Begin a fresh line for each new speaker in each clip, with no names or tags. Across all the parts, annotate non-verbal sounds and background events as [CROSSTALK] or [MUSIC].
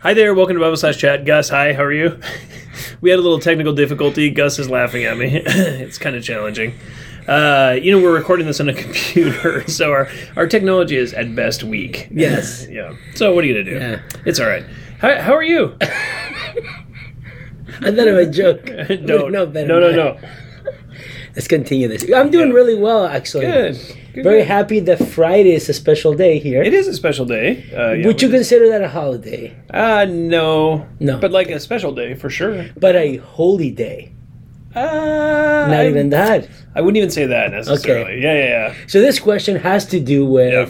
Hi there, welcome to Bible Slash Chat. Gus, hi, how are you? [LAUGHS] we had a little technical difficulty. Gus is laughing at me. [LAUGHS] it's kind of challenging. Uh, you know, we're recording this on a [LAUGHS] computer, so our, our technology is at best weak. [LAUGHS]
Yes.
Yeah. So what are you going to do?
Yeah.
It's all right. Hi, how are you? [LAUGHS]
I thought of a joke.
no,
no,
no,
better
no,
than
no.
Let's continue this. I'm doing
Yeah.
really well, actually.
Good. Good,
Very
good.
happy that Friday is a special day here.
It is a special day. Uh, yeah,
Would you
we-
consider that a holiday?
Uh, no.
No.
But like a special day for sure.
But a holy day?
Uh,
Not
I-
even that.
I wouldn't even say that necessarily. Yeah, yeah,
So this question has to do
yeah.
with
yeah.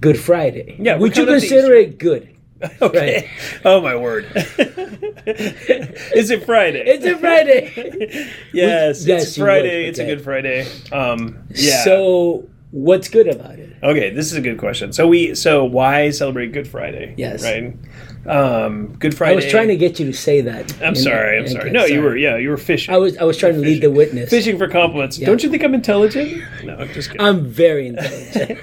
Good Friday.
Yeah, we
Would you
count up the
consider
Easter.
it good?
[LAUGHS] Okay. Oh my word. [LAUGHS] is it Friday? [LAUGHS]
It's a Friday.
yes,
Yes,
it's
you would,
Friday. It's a
okay.
good Friday. Um, yeah.
So what's good about it?
okay, this is a good question. So we so why celebrate Good Friday?
Yes.
Right. Um, good Friday.
I was trying to get you to say that.
I'm
And-
sorry. I'm
okay,
sorry. No, you were. Yeah, you were fishing.
I was. I was trying to lead the witness.
fishing for compliments.
Yeah.
Don't you think I'm intelligent? No, I'm just kidding.
I'm
[LAUGHS]
very intelligent.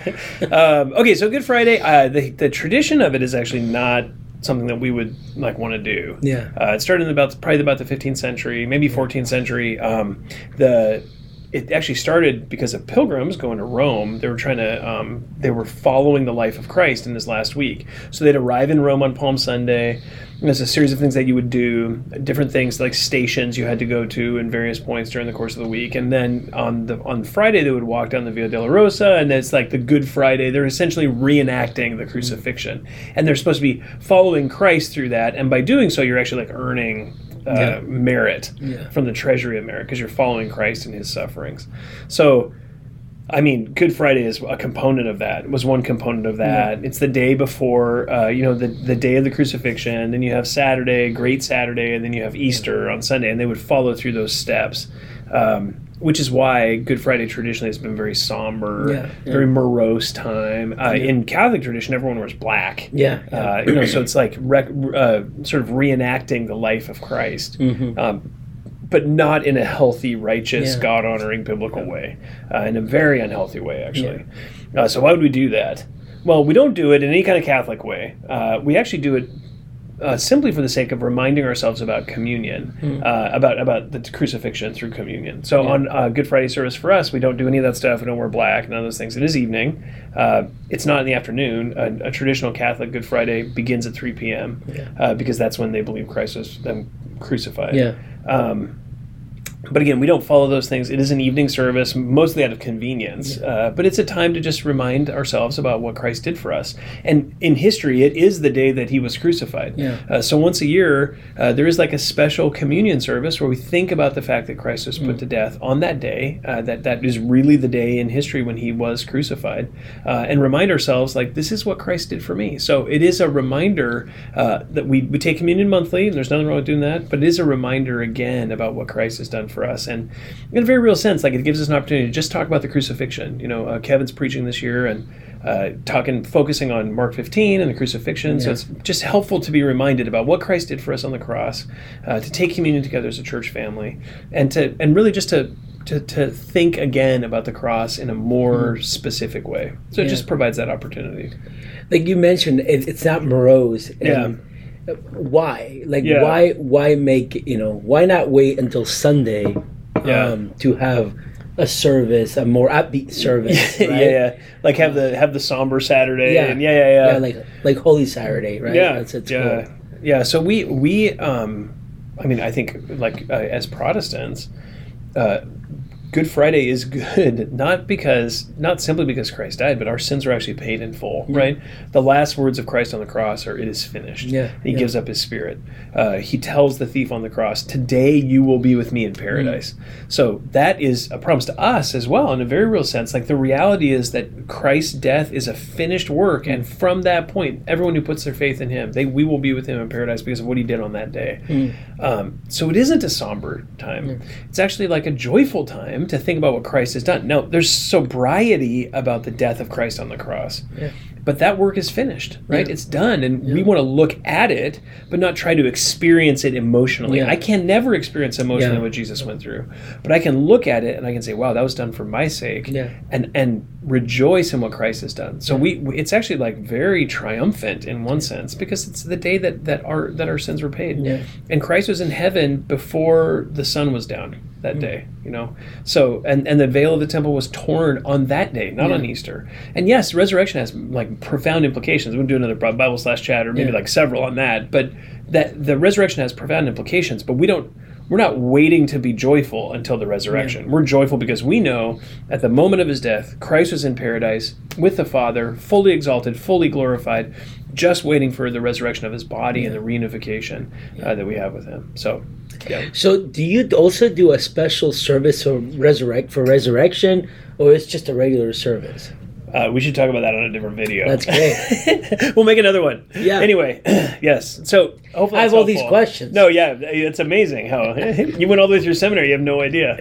um, okay, so Good Friday, uh, the, the tradition of it is actually not something that we would like want to do.
Yeah.
uh, it started in about probably about the 15th century, maybe 14th century. Um, the it actually started because of pilgrims going to Rome. They were trying to um, they were following the life of Christ in this last week, so they'd arrive in Rome on Palm Sunday. And there's a series of things that you would do, different things like stations you had to go to in various points during the course of the week, and then on the on Friday they would walk down the Via della Rosa, and it's like the Good Friday. They're essentially reenacting the crucifixion, and they're supposed to be following Christ through that, and by doing so, you're actually like earning uh,
Yeah.
merit
Yeah.
from the treasury of merit because you're following Christ in His sufferings. So. I mean, Good Friday is a component of that. Was one component of
Mm-hmm.
that. It's the day before, uh, you know, the the day of the crucifixion. Then you have Saturday, Great Saturday, and then you have
Mm-hmm.
Easter on Sunday, and they would follow through those steps, um, which is why Good Friday traditionally has been very somber,
Yeah, yeah.
very morose time. Uh, In Catholic tradition, everyone wears black.
yeah. yeah.
Uh, you know, so it's like rec- uh, sort of reenacting the life of Christ,
Mm-hmm.
um, but not in a healthy, righteous,
Yeah.
God honoring, biblical way, uh, in a very unhealthy way, actually. Uh, so, why would we do that? Well, we don't do it in any kind of Catholic way. Uh, we actually do it uh, simply for the sake of reminding ourselves about communion,
Hmm.
uh, about about the crucifixion through communion. So on uh, Good Friday service for us, we don't do any of that stuff. We don't wear black, none of those things. It is evening. Uh, it's not in the afternoon. A, a traditional Catholic Good Friday begins at 3 p.m. Uh, because that's when they believe Christ was then crucified.
yeah.
Um, but again, we don't follow those things. It is an evening service, mostly out of convenience, uh, but it's a time to just remind ourselves about what Christ did for us. And in history, it is the day that he was crucified.
Yeah.
Uh, so once a year, uh, there is like a special communion service where we think about the fact that Christ was put to death on that day. Uh, that that is really the day in history when he was crucified, uh, and remind ourselves like this is what Christ did for me. So it is a reminder uh, that we we take communion monthly, and there's nothing wrong with doing that. But it is a reminder again about what Christ has done for us, and in a very real sense, like it gives us an opportunity to just talk about the crucifixion. You know, uh, Kevin's preaching this year and uh, talking, focusing on Mark 15 and the crucifixion. So
Yeah.
it's just helpful to be reminded about what Christ did for us on the cross, uh, to take communion together as a church family, and to and really just to to, to think again about the cross in a more specific way. So it
Mm-hmm. Yeah.
just provides that
[LAUGHS]
opportunity.
like you mentioned it, it's not morose and
Yeah.
why like
Yeah.
why why make you know why not wait until sunday
Yeah.
um, to have a service a more
[LAUGHS]
upbeat service right?
yeah, yeah, like have the have the somber Saturday.
Yeah.
and yeah, yeah, yeah.
Yeah, like like holy saturday right
Yeah,
that's it's
yeah,
called.
yeah. So we we um, I mean, I think like uh, as Protestants, uh, Good Friday is good [LAUGHS] not because not simply because Christ died, but our sins are actually paid in full. Right. The last words of Christ on the cross are, "It is finished."
Yeah,
He
yeah.
gives up his spirit. Uh, he tells the thief on the cross, "Today you will be with me in paradise."
Mm.
So that is a promise to us as well, in a very real sense. Like the reality is that Christ's death is a finished work,
Mm.
and from that point, everyone who puts their faith in Him, they we will be with Him in paradise because of what He did on that day.
Mm.
Um, so it isn't a somber time. It's actually like a joyful time to think about what Christ has done. Now, there's sobriety about the death of Christ on the cross.
Yeah.
but that work is finished, right?
Yeah.
It's done, and we
Yeah.
want to look at it, but not try to experience it emotionally.
Yeah.
I can never experience emotionally
Yeah.
what Jesus went through, but I can look at it and I can say, "Wow, that was done for my sake,"
Yeah.
and and rejoice in what Christ has done. So we, we, it's actually like very triumphant in one sense because it's the day that that our that our sins were paid,
Yeah.
and Christ was in heaven before the sun was down that
Mm.
day. You know, so and and the veil of the temple was torn on that day, not
Yeah.
on Easter. And yes, resurrection has like profound implications. We'll do another Bi- Bible slash chat or maybe
Yeah.
like several on that. But that the resurrection has profound implications. But we don't. We're not waiting to be joyful until the resurrection. We're joyful because we know at the moment of his death, Christ was in paradise with the Father, fully exalted, fully glorified, just waiting for the resurrection of his body and the reunification uh, that we have with him. So, yeah.
So, do you also do a special service for resurrect for resurrection, or it's just a regular service?
Uh, we should talk about that on a different video.
That's
[LAUGHS]
great.
we'll make another one.
Yeah.
Anyway, [CLEARS THROAT] yes. So hopefully
I have
that's
all these
helpful.
questions.
No, yeah, it's amazing how [LAUGHS] you went all the way through seminary. You have no idea.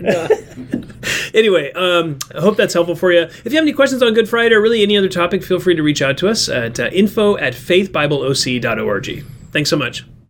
[LAUGHS]
[LAUGHS] anyway, um, I hope that's helpful for you. If you have any questions on Good Friday or really any other topic, feel free to reach out to us at uh, info at faithbibleoc.org. Thanks so much.